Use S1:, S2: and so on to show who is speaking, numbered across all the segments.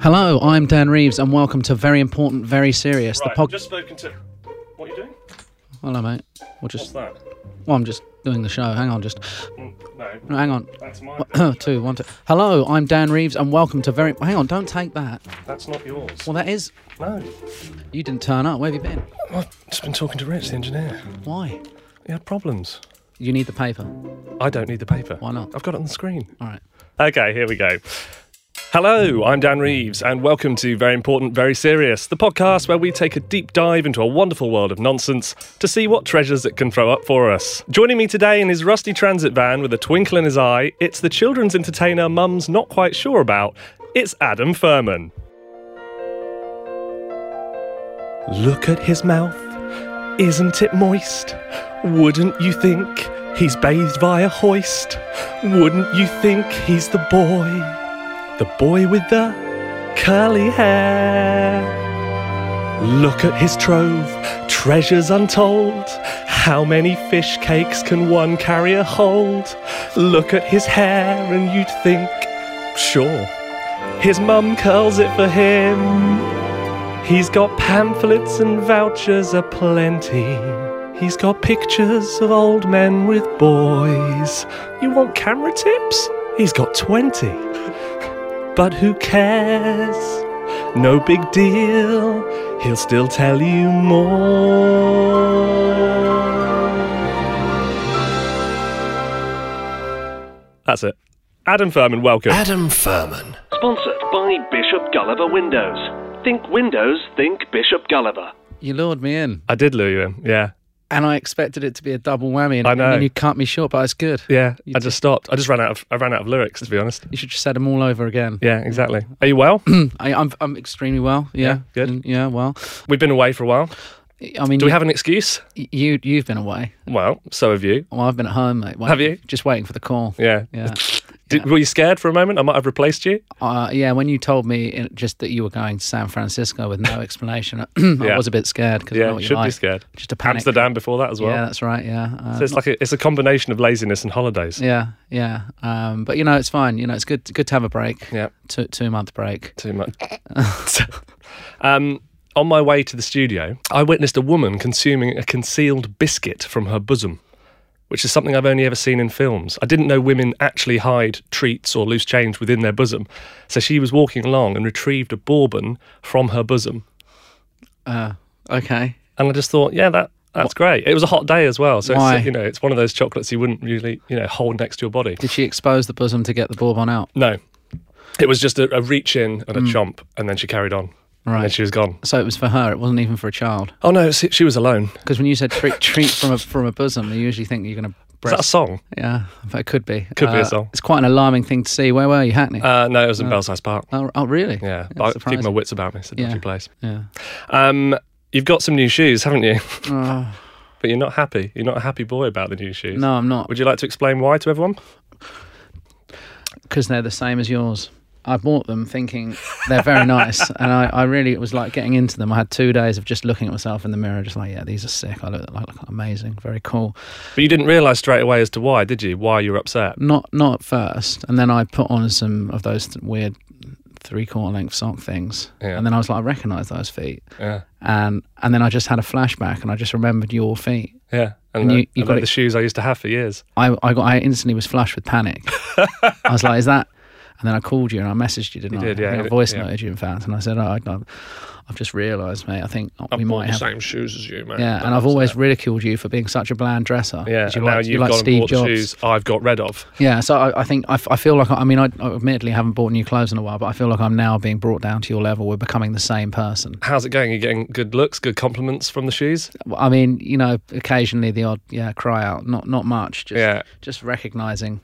S1: Hello, I'm Dan Reeves, and welcome to Very Important, Very Serious.
S2: Right,
S1: the pod.
S2: just spoken to. What are you doing?
S1: Hello, mate. We'll
S2: What's
S1: just.
S2: that?
S1: Well, I'm just doing the show. Hang on, just.
S2: Mm, No,
S1: No, hang on.
S2: that's my.
S1: One, Two, one, two. Hello, I'm Dan Reeves, and welcome to Very. Hang on, don't take that.
S2: That's not yours.
S1: Well, that is.
S2: No,
S1: You didn't turn up. Where have you been?
S2: I've just been talking to Rich, the engineer.
S1: Why?
S2: He had problems.
S1: You need the paper.
S2: I don't need the paper.
S1: Why not?
S2: I've got it on the screen.
S1: All right.
S2: Okay, here we go. Hello, I'm Dan Reeves, and welcome to Very Important, Very Serious, the podcast where we take a deep dive into a wonderful world of nonsense to see what treasures it can throw up for us. Joining me today in his rusty transit van with a twinkle in his eye, it's the children's entertainer Mum's not quite sure about. It's Adam Furman. Look at his mouth. Isn't it moist? Wouldn't you think he's bathed via hoist? Wouldn't you think he's the boy? The boy with the curly hair. Look at his trove, treasures untold. How many fish cakes can one carry a hold? Look at his hair, and you'd think, sure. His mum curls it for him. He's got pamphlets and vouchers aplenty. He's got pictures of old men with boys. You want camera tips? He's got 20. But who cares? No big deal. He'll still tell you more. That's it. Adam Furman, welcome.
S3: Adam Furman.
S4: Sponsored by Bishop Gulliver Windows. Think Windows, think Bishop Gulliver.
S1: You lured me in,
S2: I did lure you in. Yeah.
S1: and I expected it to be a double whammy, and,
S2: I know.
S1: and you cut me short, but it's good.
S2: Yeah.
S1: You
S2: I just stopped. I just ran out of I ran out of lyrics to be honest.
S1: You should just set them all over again.
S2: Yeah, exactly. Are you well?
S1: I, I'm, I'm extremely well. Yeah,
S2: Yeah, good.
S1: And- yeah, well.
S2: We've been away for a while.
S1: I mean,
S2: Do we have an excuse?
S1: you, you, you've been away.
S2: Well, so have you.
S1: Well, I've been at home, mate. waiting-
S2: Have you?
S1: Just waiting for the call.
S2: Yeah.
S1: Yeah.
S2: Did, were you scared for a moment? I might have replaced you.
S1: Uh, yeah, when you told me it, just that you were going to San Francisco with no explanation, I was a bit scared because I know
S2: Yeah,
S1: what you
S2: should be
S1: like.
S2: scared.
S1: Just a panic.
S2: Amsterdam before that as well.
S1: Yeah, that's right. Yeah. Uh,
S2: so it's like a, it's a combination of laziness and holidays.
S1: yeah, yeah. Um, but you know, it's fine. You know, it's good. Good to have a break.
S2: Yeah.
S1: Two two month break.
S2: Too much. um, on my way to the studio, I witnessed a woman consuming a concealed biscuit from her bosom, which is something I've only ever seen in films. I didn't know women actually hide treats or loose change within their bosom. So she was walking along and retrieved a bourbon from her bosom.
S1: Okay.
S2: and I just thought, yeah, that that's great. It was a hot day as well, so
S1: Why?
S2: it's, you know, it's one of those chocolates you wouldn't really you know hold next to your body.
S1: Did she expose the bosom to get the bourbon out?
S2: No, it was just a, a reach in and a chomp, and then she carried on. And then
S1: Mm. Right.
S2: she was gone.
S1: So it was for her. It wasn't even for a child.
S2: Oh no, she she was alone.
S1: Because when you said treat, treat from a from a bosom, you usually think you're going to.
S2: Is that a song?
S1: Yeah, but it could be. Uh,
S2: Could be a song.
S1: It's quite an alarming thing to see. Where were you, Hackney?
S2: Uh, no, it was in Belsize Park.
S1: oh, oh, really?
S2: Yeah,
S1: That's
S2: but I keep my
S1: surprising.
S2: wits about me. It's a dodgy
S1: Yeah.
S2: place.
S1: Yeah.
S2: Um, you've got some new shoes, haven't you?
S1: Oh,
S2: but you're not happy. You're not a happy boy about the new shoes.
S1: no, I'm not.
S2: Would you like to explain why to everyone?
S1: Because they're the same as yours. I bought them thinking they're very nice, and I, I really it was like getting into them. I had two days of just looking at myself in the mirror, just like, yeah, these are sick. I look, I look amazing, very cool.
S2: But you didn't realise straight away as to why, did you? Why you were upset?
S1: Not not at first, and then I put on some of those th- weird three quarter length sock things,
S2: Yeah.
S1: and then I was like, I recognise those feet,
S2: Yeah,
S1: and and then I just had a flashback, and I just remembered your feet.
S2: yeah. And,
S1: And
S2: the-
S1: you- you got
S2: and they're
S1: it-
S2: the shoes I used to have for years.
S1: I, I got I instantly was flushed with panic. I was like, "Is that?" And then I called you and I messaged you, didn't
S2: You
S1: I?
S2: did, yeah,
S1: I, think
S2: you
S1: I
S2: did,
S1: voice
S2: yeah.
S1: noted you, in fact, and I said, oh, I, I've I've just realised, mate. I think we might have."
S2: same shoes as you, man.
S1: Yeah, and I've always ridiculed you for being such a bland dresser.
S2: Yeah,
S1: 'cause
S2: and
S1: like-
S2: now
S1: you
S2: you've
S1: like
S2: gone and
S1: Steve
S2: bought the
S1: Jobs.
S2: shoes I've got rid of.
S1: Yeah, so I, I think I, f- I feel like I mean I, I admittedly haven't bought new clothes in a while, but I feel like I'm now being brought down to your level. We're becoming the same person.
S2: How's it going? Are you getting good looks, good compliments from the shoes?
S1: I mean, you know, occasionally the odd yeah cry out, not not much. Just,
S2: Yeah.
S1: just recognizing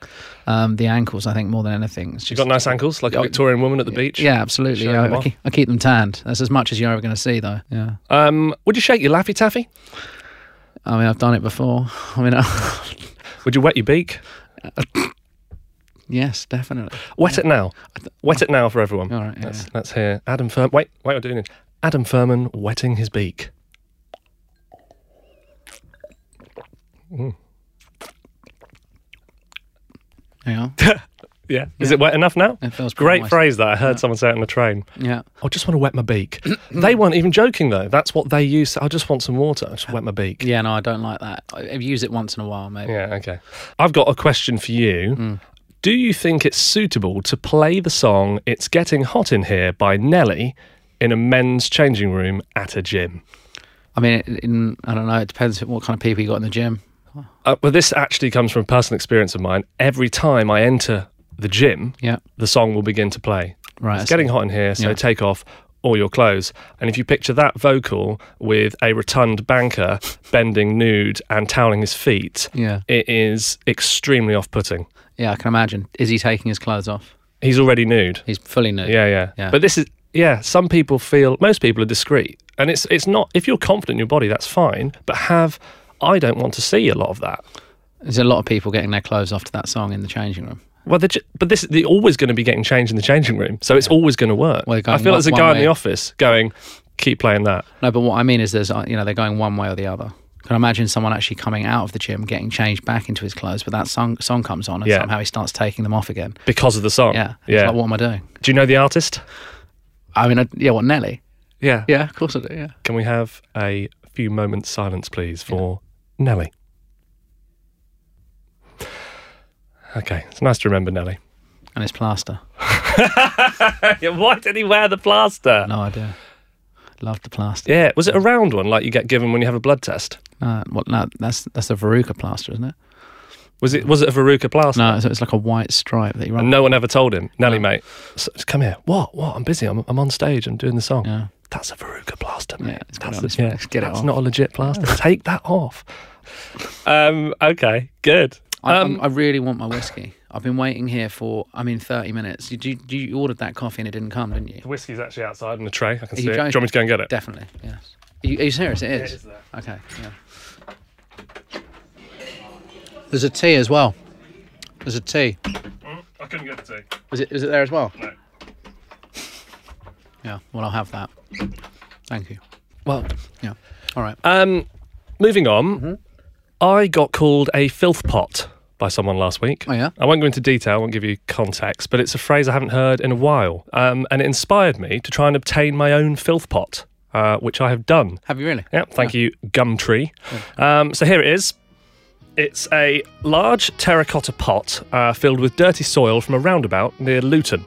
S1: um, the ankles, I think, more than anything. It's
S2: You've
S1: just
S2: got nice ankles, like a Victorian woman at the beach.
S1: Yeah, absolutely.
S2: Showing
S1: Yeah,
S2: them
S1: I,
S2: off.
S1: keep, I keep them tanned. That's as much as you're ever going to see, though. Yeah.
S2: Um, would you shake your laffy taffy?
S1: I mean, I've done it before. I mean, I,
S2: Would you wet your beak?
S1: yes, definitely.
S2: Wet it now. Wet it now for everyone.
S1: All right, yeah,
S2: let's,
S1: yeah.
S2: let's hear Adam Furman. Wait, wait, I'm doing it. Adam Furman wetting his beak.
S1: Hang on.
S2: Yeah. Is it wet enough now?
S1: It feels pretty
S2: Great
S1: moist.
S2: phrase that I heard someone say it on the train.
S1: Yeah.
S2: I just want to wet my beak. they weren't even joking though. That's what they use. I just want some water. I just wet my beak.
S1: Yeah, no, I don't like that. I I use it once in a while, maybe.
S2: Yeah, okay. I've got a question for you.
S1: Hmm.
S2: Do you think it's suitable to play the song It's Getting Hot in Here by Nelly in a men's changing room at a gym?
S1: I mean, it, in, I don't know. It depends what kind of people you got in the gym.
S2: Uh, well, this actually comes from a personal experience of mine. Every time I enter the gym,
S1: Yeah.
S2: the song will begin to play.
S1: Right.
S2: It's getting hot in here, so
S1: Yeah.
S2: take off all your clothes. And if you picture that vocal with a rotund banker bending nude and toweling his feet,
S1: Yeah.
S2: it is extremely off putting.
S1: Yeah, I can imagine. Is he taking his clothes off?
S2: He's already nude.
S1: He's fully nude.
S2: Yeah, yeah,
S1: Yeah.
S2: But this is yeah. Some people feel most people are discreet, and it's it's not. If you're confident in your body, that's fine. But have I don't want to see a lot of that.
S1: There's a lot of people getting their clothes off to that song in the changing room.
S2: Well, they're ju- but this they're always going to be getting changed in the changing room, so it's always going to work.
S1: Well, they're
S2: I
S1: going
S2: feel
S1: one-
S2: like
S1: one
S2: there's a guy in the
S1: way.
S2: office going, keep playing that.
S1: No, but what I mean is there's, uh, you know, they're going one way or the other. Can I imagine someone actually coming out of the gym, getting changed back into his clothes, but that song song comes on and
S2: Yeah.
S1: somehow he starts taking them off again.
S2: because of the song.
S1: Yeah. It's
S2: yeah.
S1: like, what am I doing?
S2: Do you know the artist?
S1: I mean, I, yeah, what, Nelly?
S2: Yeah.
S1: Yeah, of course I do, yeah.
S2: Can we have a few moments silence, please, for Nelly? Okay, it's nice to remember Nelly.
S1: And it's plaster.
S2: Why did he wear the plaster?
S1: No idea. Love the plaster.
S2: Yeah, was it a round one like you get given when you have a blood test?
S1: No, what, no that's that's a Veruca plaster, isn't it?
S2: Was it was it a Veruca plaster?
S1: No, it's, it's like a white stripe that you run.
S2: And no one ever told him, Nelly, mate, s- just come here. What? What? I'm busy. I'm, I'm on stage. I'm doing the song.
S1: Yeah.
S2: That's a Veruca plaster, mate.
S1: Yeah, it's got
S2: that's
S1: it on
S2: the-
S1: its face. Get it
S2: that's
S1: off.
S2: not a legit plaster. Take that off. Um, okay, good.
S1: I,
S2: Um,
S1: I'm- I really want my whiskey. I've been waiting here for, I mean, 30 minutes. You, you, you ordered that coffee and it didn't come, didn't you?
S2: The whiskey's actually outside in a tray. I can see
S1: you
S2: it.
S1: joking?
S2: Do you want me to go and get it?
S1: Definitely, yes. Are you, are you serious? It is.
S2: it is there.
S1: Okay, yeah. There's a tea as well. There's a tea.
S2: I couldn't get the tea.
S1: Is it, is it there as well?
S2: No.
S1: Yeah, well, I'll have that. Thank you.
S2: Well,
S1: Yeah. All right.
S2: um, moving on.
S1: Mm-hmm.
S2: I got called a filth pot by someone last week.
S1: Oh, yeah?
S2: I won't go into detail. I won't give you context, but it's a phrase I haven't heard in a while, um, and it inspired me to try and obtain my own filth pot, uh, which I have done.
S1: have you really?
S2: Yeah, thank you, Gumtree. Um, so here it is. It's a large terracotta pot uh, filled with dirty soil from a roundabout near Luton.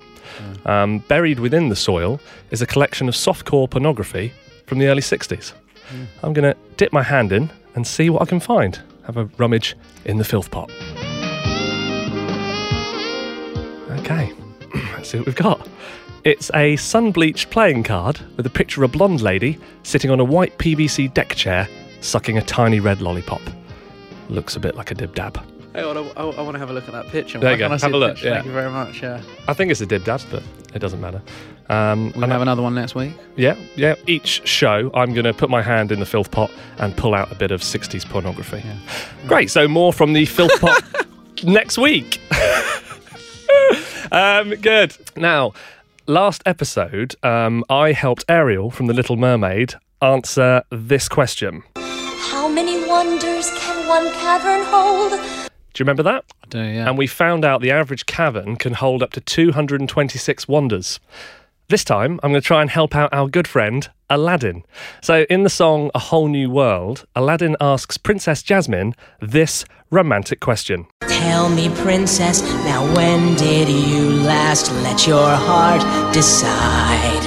S2: Um, buried within the soil is a collection of softcore pornography from the early 60s. I'm going to dip my hand in and see what I can find. Have a rummage in the filth pot. Okay, let's see what we've got. It's a sun bleached playing card with a picture of a blonde lady sitting on a white PVC deck chair sucking a tiny red lollipop. Looks a bit like a dib dab.
S1: Hey, well, I, I, want to have a look at that picture.
S2: There you
S1: Why
S2: go.
S1: can't I see
S2: Have
S1: the
S2: a look,
S1: picture?
S2: yeah.
S1: Thank you very much. Yeah.
S2: I think it's a dib dab, but it doesn't matter. Um,
S1: We'll
S2: and
S1: have another one next week.
S2: Yeah, yeah. Each show, I'm going to put my hand in the filth pot and pull out a bit of 60s pornography. Great. So, more from the filth pot next week. um, good. Now, last episode, um, I helped Ariel from The Little Mermaid answer this question. Do
S3: How many wonders can one cavern hold?
S2: you remember that?
S1: I do, yeah.
S2: And we found out the average cavern can hold up to 226 wonders. This time, I'm going to try and help out our good friend, Aladdin. So, in the song A Whole New World, Aladdin asks Princess Jasmine this romantic question
S5: Tell me, princess, now when did you last let your heart decide?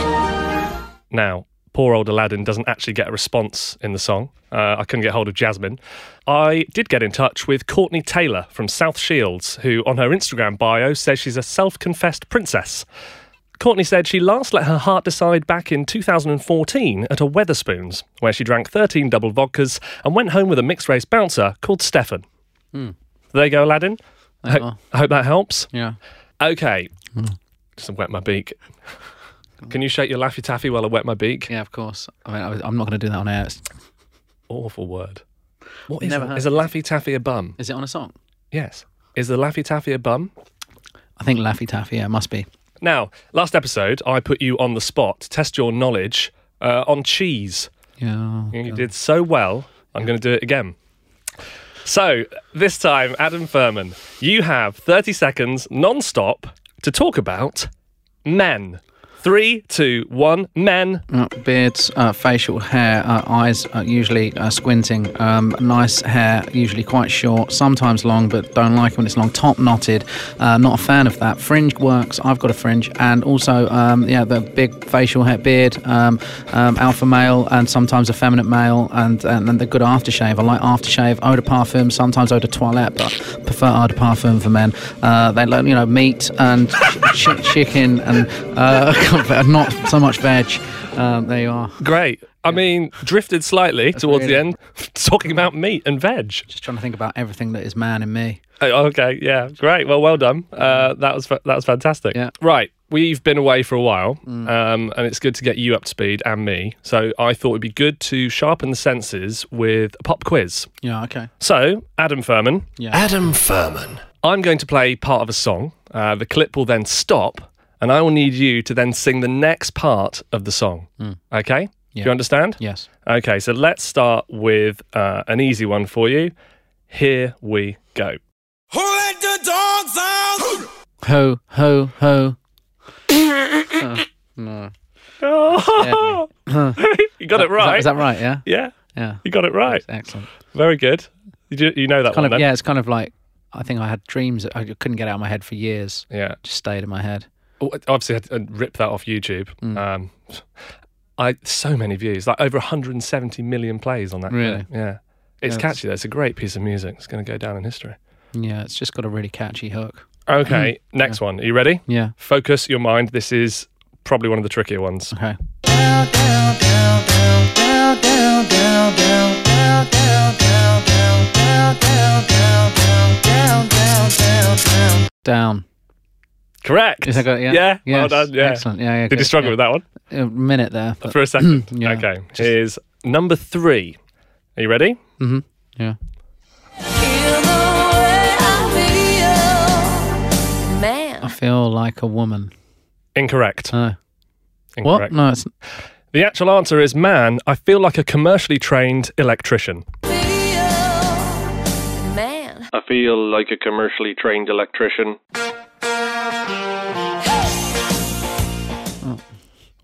S2: Now, poor old Aladdin doesn't actually get a response in the song. Uh, I couldn't get hold of Jasmine. I did get in touch with Courtney Taylor from South Shields, who on her Instagram bio says she's a self confessed princess. Courtney said she last let her heart decide back in 2014 at a Weatherspoons, where she drank 13 double vodkas and went home with a mixed race bouncer called Stefan. There you go, Aladdin. I,
S1: are.
S2: I hope that helps.
S1: yeah.
S2: Okay. Just wet my beak. Can you shake your Laffy Taffy while I wet my beak?
S1: Yeah, of course. I mean, I was, I'm not going to do that on air. It's,
S2: awful word. What is,
S1: Never
S2: a,
S1: heard
S2: is a Laffy Taffy a bum?
S1: is it on a song?
S2: Yes. Is the Laffy Taffy a bum?
S1: I think Laffy Taffy. Yeah, it must be.
S2: Now, last episode, I put you on the spot to test your knowledge uh, on cheese.
S1: Yeah.
S2: And You did so well, I'm going to do it again. So, this time, Adam Furman, you have 30 seconds non stop to talk about men. Three, two, one, men.
S1: Uh, beards, uh, facial hair, uh, eyes uh, usually uh, squinting, um, nice hair, usually quite short, sometimes long, but don't like it when it's long, top knotted, uh, not a fan of that. Fringe works, I've got a fringe, and also, um, yeah, the big facial hair, beard, um, um, alpha male, and sometimes effeminate male, and, and, and the good aftershave. I like aftershave, eau de parfum, sometimes eau de toilette, but prefer eau de parfum for men. Uh, they like, you know, meat and ch- ch- chicken and uh, not so much veg. Um, there you are.
S2: Great. I mean, drifted slightly towards the
S1: really-
S2: end, talking about meat and veg.
S1: Just trying to think about everything that is man in me.
S2: Oh, Okay, yeah, great. Well, well done. Uh, that was fa- that was fantastic.
S1: Yeah.
S2: Right, we've been away for a while, um, and it's good to get you up to speed and me. So I thought it'd be good to sharpen the senses with a pop quiz.
S1: Yeah, okay.
S2: So Adam Furman,
S6: Adam Furman.
S2: I'm going to play part of a song. Uh, the clip will then stop, and I will need you to then sing the next part of the song. Okay, do you understand?
S1: Yes.
S2: Okay, so let's start with uh, an easy one for you. Here we go.
S7: Who let the dogs out?
S1: Ho, ho, ho.
S2: Oh, you got it
S1: Is that,
S2: right.
S1: is that right? Yeah.
S2: Yeah,
S1: Yeah.
S2: you got it right.
S1: Excellent.
S2: Very good. You, do, you know that
S1: Kind
S2: one,
S1: of.
S2: then?
S1: Yeah. It's kind of like I think I had dreams that I couldn't get out of my head for years.
S2: Yeah.
S1: Just stayed in my head.
S2: Oh, I Obviously, I had to rip that off YouTube. Um, I so many views, like over 170 million plays on that. clip.
S1: Really?
S2: Yeah.
S1: Yeah, that's-
S2: It's catchy. though. It's a great piece of music. It's going to go down in history.
S1: Yeah. It's just got a really catchy hook.
S2: Okay, next one. Are you ready?
S1: Yeah.
S2: Focus your mind. This is probably one of the trickier ones.
S1: Okay. Down.
S2: Correct.
S1: Is that good? Yeah.
S2: Yeah. Well
S1: Yes.
S2: done. Yeah.
S1: Excellent. Yeah. yeah
S2: Did you struggle with that one?
S1: that? A minute there. but-
S2: for a second.
S1: Yeah.
S2: Okay. Here's number three. Are you ready?
S1: yeah. I feel like a woman.
S2: Incorrect.
S1: No. What?
S2: Incorrect.
S1: No, it's
S2: The actual answer is man, I feel like a commercially trained electrician.
S4: I feel like a commercially trained electrician.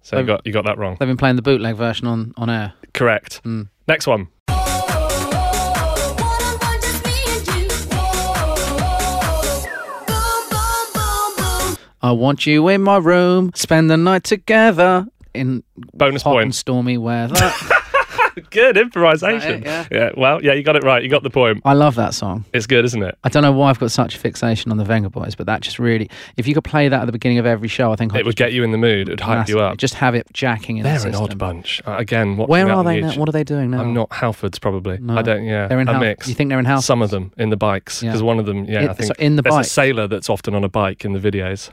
S2: So you
S1: Oh.
S2: got you got that wrong.
S1: they've been playing the bootleg version on on air.
S2: Correct.
S1: Hmm.
S2: Next one.
S1: I want you in my room, spend the night together in
S2: Bonus
S1: hot
S2: point.
S1: and stormy weather.
S2: Good
S1: Is
S2: improvisation.
S1: that
S2: yeah. Well, yeah, you got it right. You got the point.
S1: I love that song.
S2: It's good, isn't it?
S1: I don't know why I've got such a fixation on the Venga Boys, but that just really, if you could play that at the beginning of every show, I think I'd
S2: It would
S1: just
S2: get you in the mood. It'd hype you
S1: massively-
S2: up.
S1: Just have it jacking in the
S2: They're an
S1: system.
S2: odd bunch. Uh, Again, watching
S1: Where
S2: that
S1: are
S2: on
S1: they now?
S2: YouTube.
S1: What are they doing now?
S2: I'm not Halfords, probably.
S1: No.
S2: I don't. Yeah,
S1: They're in
S2: a
S1: Hal-
S2: mix.
S1: you think they're in Halfords?
S2: Some of them in the bikes
S1: Yeah.
S2: because one of them. Yeah,
S1: In-
S2: I think
S1: so in the Hmm.
S2: there's
S1: bikes.
S2: a sailor that's often on a bike in the videos.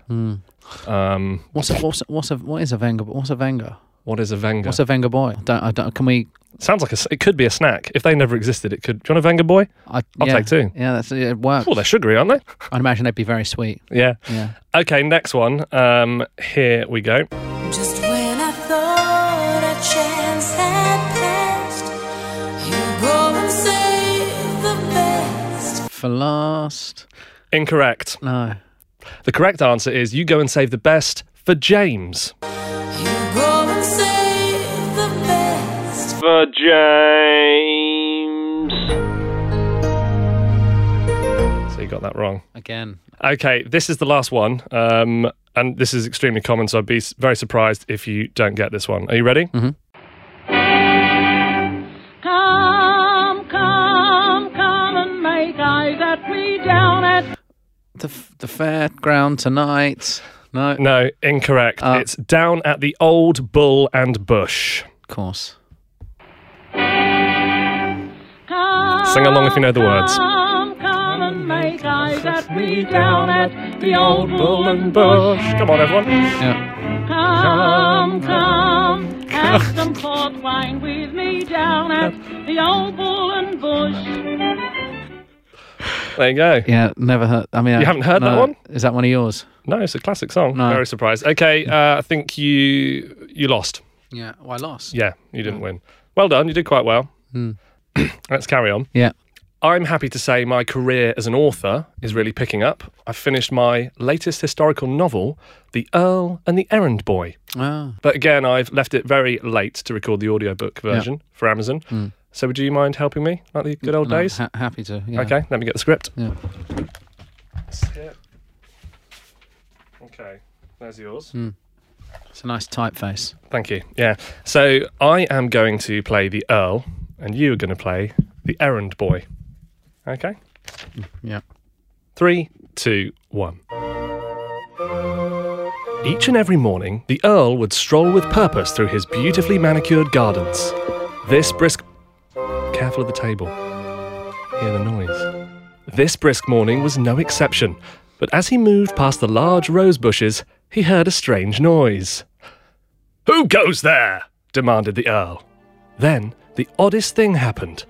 S2: Um,
S1: What's a, what's a, what's a, what is a Venga? What's a Venga?
S2: what is a Venga?
S1: What's a Venga boy? I don't, I don't, can we?
S2: Sounds like a, s- it could be a snack. If they never existed, it could. Do you want a Venga boy?
S1: I,
S2: I'll
S1: yeah.
S2: take two.
S1: Yeah, that's it works.
S2: Well, they're sugary, aren't they?
S1: I'd imagine they'd be very sweet.
S2: Yeah.
S1: Yeah.
S2: Okay, next one. Um, here we go.
S3: Just when I thought a chance had passed, you go and save the best.
S1: For last,
S2: Incorrect.
S1: no.
S2: The correct answer is you go and save the best for James.
S3: You go and save the best.
S4: For James.
S2: So you got that wrong.
S1: Again,
S2: Okay, this is the last one. Um, and this is extremely common, so I'd be s- very surprised if you don't get this one. Are you ready?
S8: Come, come, come and make eyes at me down at
S1: the f- the fairground tonight. No,
S2: No, incorrect.
S1: Uh,
S2: it's down at the old bull and bush.
S1: of course.
S8: come.
S2: Sing along if you know the words.
S8: Come, come and make eyes at me down at the old bull and bush.
S2: Come on, everyone.
S1: Yeah.
S8: Come, come, have some port wine with me down at the old bull and bush.
S2: There you go.
S1: Yeah, never heard. I mean, uh,
S2: You haven't heard that
S1: no.
S2: one?
S1: Is that one of yours?
S2: No, it's a classic song.
S1: No.
S2: Very surprised. Okay, uh, I think you you lost.
S1: Yeah. Well, I lost.
S2: Yeah, you didn't win. Well done. You did quite well. Let's carry on.
S1: Yeah.
S2: I'm happy to say my career as an author is really picking up. I've finished my latest historical novel, The Earl and the Errand Boy.
S1: Oh.
S2: But again, I've left it very late to record the audiobook version for Amazon. So would you mind helping me like the good old
S1: Hmm. No,
S2: days?
S1: ha- happy to. yeah.
S2: Okay, let me get the script.
S1: Yeah.
S2: Okay, there's yours.
S1: Hmm. It's a nice typeface.
S2: Thank you. Yeah. So I am going to play the Earl, and you are going to play the Errand Boy. Okay?
S1: Yeah.
S2: Three, two, one. Each and every morning, the Earl would stroll with purpose through his beautifully manicured gardens. This brisk. Careful of the table. Hear the noise. This brisk morning was no exception, but as he moved past the large rose bushes, he heard a strange noise. Who goes there? demanded the Earl. Then the oddest thing happened.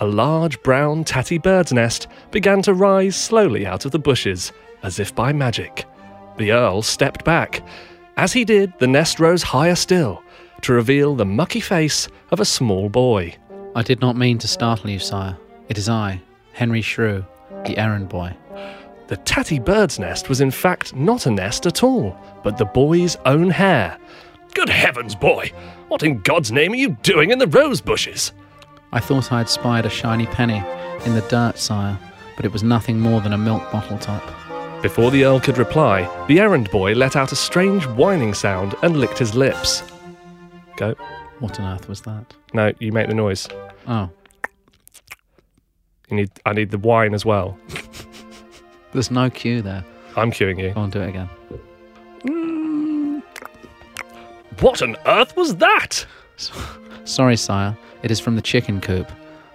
S2: A large brown tatty bird's nest began to rise slowly out of the bushes, as if by magic. The Earl stepped back. As he did, the nest rose higher still, to reveal the mucky face of a small boy.
S1: I did not mean to startle you, sire. It is I, Henry Shrew, the errand boy.
S2: The tatty bird's nest was in fact not a nest at all, but the boy's own hair. Good heavens, boy! What in God's name are you doing in the rose bushes?
S1: I thought I had spied a shiny penny in the dirt, sire, but it was nothing more than a milk bottle top.
S2: Before the Earl could reply, the errand boy let out a strange whining sound and licked his lips. Go.
S1: What on earth was that?
S2: No, you make the noise.
S1: Oh,
S2: You need. I need the whine as well.
S1: there's no cue there.
S2: I'm cueing you.
S1: Go on, do it again.
S2: What on earth was that?
S1: Sorry, sire. It is from the chicken coop.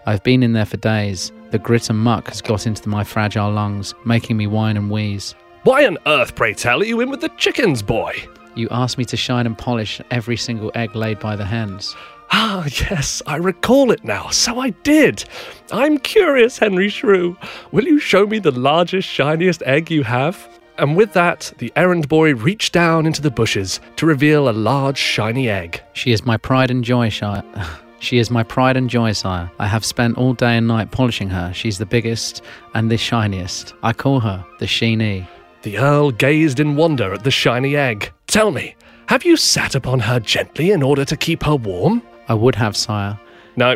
S1: I've been in there for days. The grit and muck has got into my fragile lungs, making me whine and wheeze.
S2: Why on earth, pray tell, are you in with the chickens, boy?
S1: You asked me to shine and polish every single egg laid by the hens.
S2: Ah, yes, I recall it now. So I did. I'm curious, Henry Shrew. Will you show me the largest, shiniest egg you have? And with that, the errand boy reached down into the bushes to reveal a large, shiny egg.
S1: She is my pride and joy, sire. she is my pride and joy, sire. I have spent all day and night polishing her. She's the biggest and the shiniest. I call her the Sheenie.
S2: The Earl gazed in wonder at the shiny egg. Tell me, have you sat upon her gently in order to keep her warm?
S1: I would have, sire.
S2: No.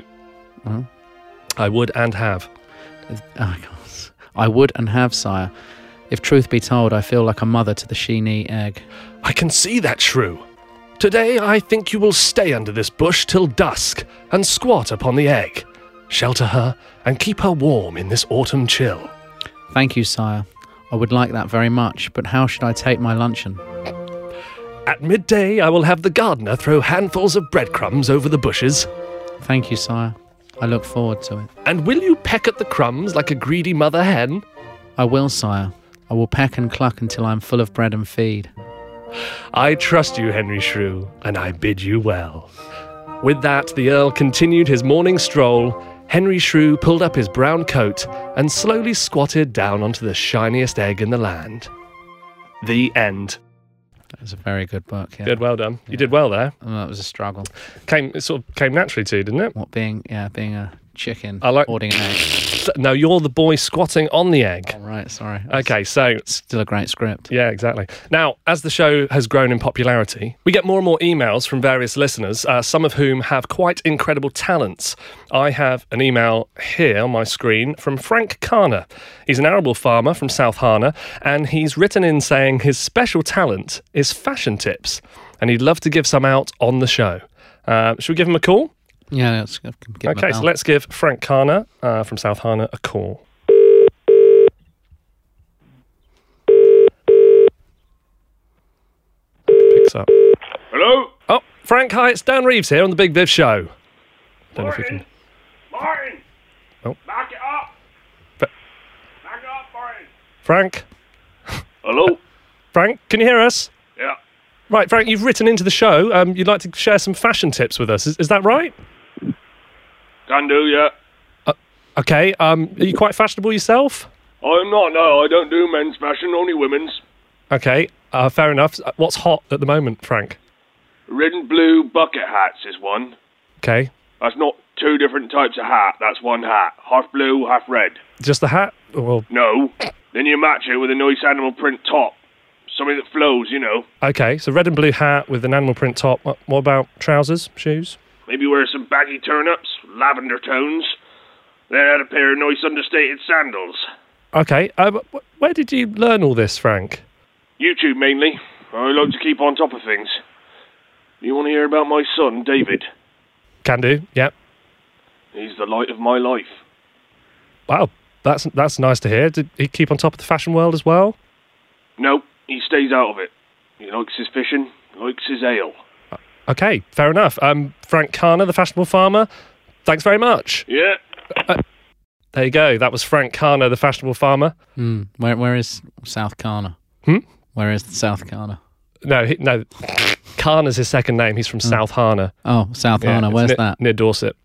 S2: I would and have.
S1: Oh, God. I would and have, sire. If truth be told, I feel like a mother to the Sheenie egg.
S2: I can see that shrew. Today I think you will stay under this bush till dusk and squat upon the egg. Shelter her and keep her warm in this autumn chill.
S1: Thank you, sire. I would like that very much, but how should I take my luncheon?
S2: At midday I will have the gardener throw handfuls of breadcrumbs over the bushes.
S1: Thank you, sire. I look forward to it.
S2: And will you peck at the crumbs like a greedy mother hen?
S1: I will, sire. I will peck and cluck until I am full of bread and feed.
S2: I trust you, Henry Shrew, and I bid you well. With that, the Earl continued his morning stroll. Henry Shrew pulled up his brown coat and slowly squatted down onto the shiniest egg in the land. The end.
S1: That was a very good book. Yeah.
S2: Good, well done. You did well there.
S1: Oh, that was a struggle.
S2: Came, it sort of came naturally to you, didn't it?
S1: What being? Yeah, being a chicken.
S2: I like-
S1: hoarding an egg.
S2: No, you're the boy squatting on the egg.
S1: All right, sorry. That's
S2: Okay, so
S1: Still a great script.
S2: Yeah, exactly. Now, as the show has grown in popularity, we get more and more emails from various listeners, uh, some of whom have quite incredible talents. I have an email here on my screen from Frank Kana. He's an arable farmer from South Hana, and he's written in saying his special talent is fashion tips, and he'd love to give some out on the show. Uh, should we give him a call?
S1: Yeah, let's give him a
S2: okay, so
S1: bell.
S2: let's give Frank Kana uh, from South Hana a call. Picks up.
S6: Hello?
S2: Oh, Frank, hi, it's Dan Reeves here on the Big Viv Show. Don't know if you can.
S6: Martin? Martin!
S2: Oh.
S6: Back it up!
S2: But-
S6: Back it up, Martin!
S2: Frank,
S6: Hello?
S2: Frank, can you hear us?
S6: Yeah.
S2: Right, Frank, you've written into the show. Um, you'd like to share some fashion tips with us. Is, is that right?
S6: Can do, yeah.
S2: Okay. Um, are you quite fashionable yourself?
S6: I'm not, no, I don't do men's fashion, only women's.
S2: Okay. Uh, fair enough. Uh, What's hot at the moment, Frank?
S6: Red and blue bucket hats is one.
S2: Okay.
S6: That's not two different types of hat. That's one hat. Half blue, half red.
S2: Just the hat? Well,
S6: No. Then you match it with a nice animal print top. Something that flows, you know.
S2: okay. So red and blue hat with an animal print top. What what about trousers, shoes?
S6: Maybe wear some baggy turnips, lavender tones. Then add a pair of nice understated sandals.
S2: Okay. Uh, wh- wh- where did you learn all this, Frank?
S6: YouTube mainly. I like to keep on top of things. You want to hear about my son, David?
S2: Can do. Yep.
S6: He's the light of my life.
S2: Wow. That's that's nice to hear. Did he keep on top of the fashion world as well?
S6: No, he stays out of it. He likes his fishing, likes his ale.
S2: Okay, fair enough. Um, Frank Kana, the fashionable farmer. Thanks very much.
S6: Yeah.
S2: There you go. That was Frank Kana, the fashionable farmer.
S1: Where where is South Kana? Hmm? Where is South Kana?
S2: No, he, no. Kana's his second name. He's from South Hana.
S1: Oh, South
S2: Yeah,
S1: Kana.
S2: it's
S1: Hmm. Where's
S2: near,
S1: that?
S2: Near Dorset.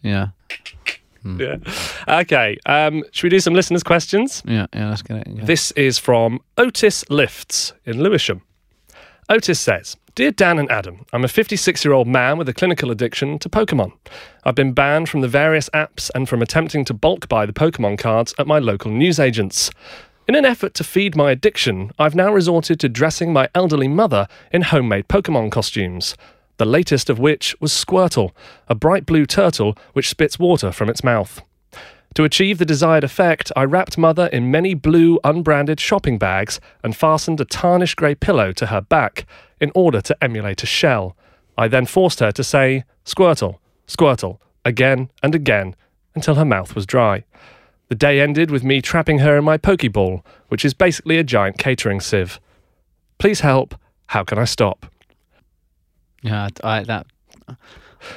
S1: Yeah,
S2: Yeah. Okay. Um, should we do some listeners' questions?
S1: yeah, yeah. Let's get it. yeah.
S2: This is from Otis Lifts in Lewisham. Otis says, Dear Dan and Adam, I'm a 56 year old man with a clinical addiction to Pokemon. I've been banned from the various apps and from attempting to bulk buy the Pokemon cards at my local newsagents. In an effort to feed my addiction, I've now resorted to dressing my elderly mother in homemade Pokemon costumes. The latest of which was Squirtle, a bright blue turtle which spits water from its mouth. To achieve the desired effect, I wrapped Mother in many blue, unbranded shopping bags and fastened a tarnished grey pillow to her back in order to emulate a shell. I then forced her to say, Squirtle, Squirtle, again and again until her mouth was dry. The day ended with me trapping her in my Pokeball, which is basically a giant catering sieve. Please help. How can I stop?
S1: Yeah, I, I- that.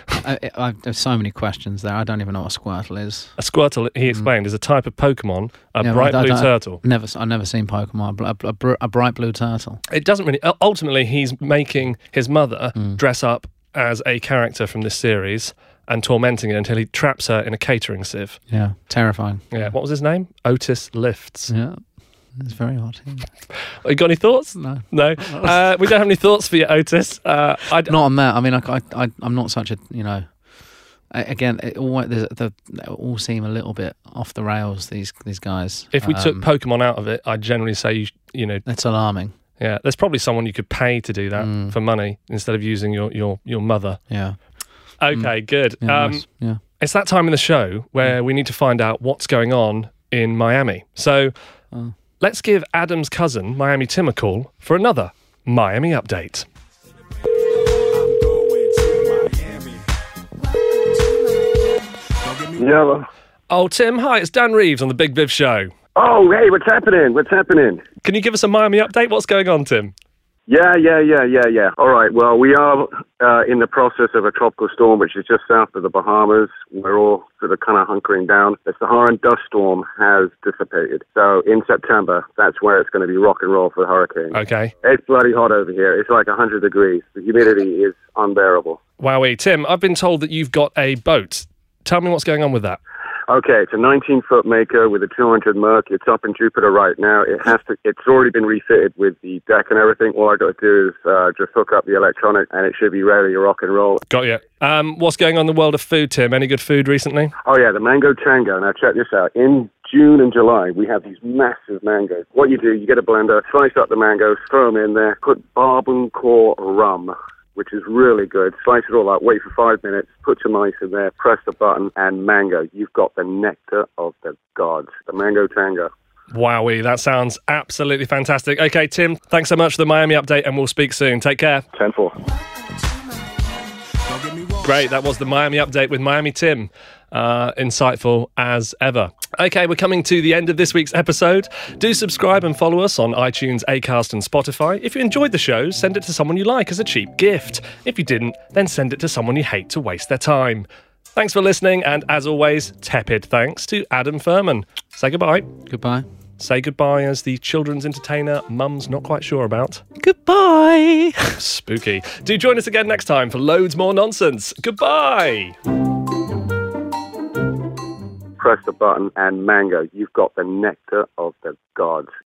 S1: I, I, there's so many questions there. I don't even know what a Squirtle is.
S2: A Squirtle, he explained, is a type of Pokemon, a
S1: Yeah,
S2: bright
S1: I- I
S2: blue
S1: don't-
S2: turtle.
S1: Never, s- I've never seen Pokemon. A bl- A, bl- a, br- a bright blue turtle.
S2: it doesn't really u- ultimately he's making his mother
S1: Mm.
S2: dress up as a character from this series and tormenting her until he traps her in a catering sieve
S1: Yeah, terrifying.
S2: yeah what was his name otis lifts
S1: Yeah, it's very odd. isn't it?
S2: you got any thoughts
S1: Mm. No.
S2: no uh, we don't have any thoughts for you otis uh, I d-
S1: Not on that. I mean, I, I, I, am not such a you know. a- Again, it all, there's- the, they all seem a little bit off the rails. These these guys.
S2: if we took
S1: Um,
S2: pokemon out of it i'd generally say you, sh- you know
S1: it's alarming.
S2: yeah there's probably someone you could pay to do that
S1: Mm.
S2: for money instead of using your your, your mother
S1: Yeah.
S2: okay good
S1: Mm. Yeah.
S2: um,
S1: nice. yeah.
S2: it's that time in the show where we need to find out what's going on in Miami. So let's give Adam's cousin, Miami Tim, a call for another Miami update.
S9: Hello.
S2: Oh, Tim, hi, it's Dan Reeves on the Big Viv Show.
S9: Oh, hey, what's happening? What's happening?
S2: Can you give us a Miami update? What's going on, Tim?
S9: Yeah, yeah, yeah, yeah, yeah. All right. Well, we are uh, in the process of a tropical storm, which is just south of the Bahamas. We're all sort of kind of hunkering down. The Saharan dust storm has dissipated. So in September, that's where it's going to be rock and roll for the hurricane.
S2: Okay.
S9: It's bloody hot over here. It's like 100 degrees. The humidity is unbearable.
S2: Wowie, Tim, I've been told that you've got a boat. Tell me what's going on with that.
S9: Okay, it's a 19 foot maker with a 200 Merc. It's up in Jupiter right now. It has to. It's already been refitted with the deck and everything. All I got to do is uh, just hook up the electronic, and it should be ready to rock and roll.
S2: Got you. Um, what's going on in the world of food, Tim? Any good food recently?
S9: Oh yeah, the mango tango. Now check this out. In June and July, we have these massive mangoes. What you do, you get a blender, slice up the mangoes, throw them in there, put barbancourt rum. Which is really good. Slice it all up, wait for five minutes, put some ice in there, press the button, and mango. You've got the nectar of the gods. The mango tango.
S2: Wowie, that sounds absolutely fantastic. Okay, Tim, thanks so much for the Miami update, and we'll speak soon. Take care.
S9: 10 4.
S2: Great. That was the Miami update with Miami Tim. Uh, insightful as ever. Okay, we're coming to the end of this week's episode. Do subscribe and follow us on iTunes, Acast, and Spotify. If you enjoyed the show, send it to someone you like as a cheap gift. If you didn't, then send it to someone you hate to waste their time. Thanks for listening, and as always, tepid thanks to Adam Furman. Say goodbye.
S1: Goodbye.
S2: Say goodbye as the children's entertainer mum's not quite sure about.
S1: Goodbye.
S2: Spooky. Do join us again next time for loads more nonsense. Goodbye.
S9: Press the button, and mango. You've got the nectar of the gods.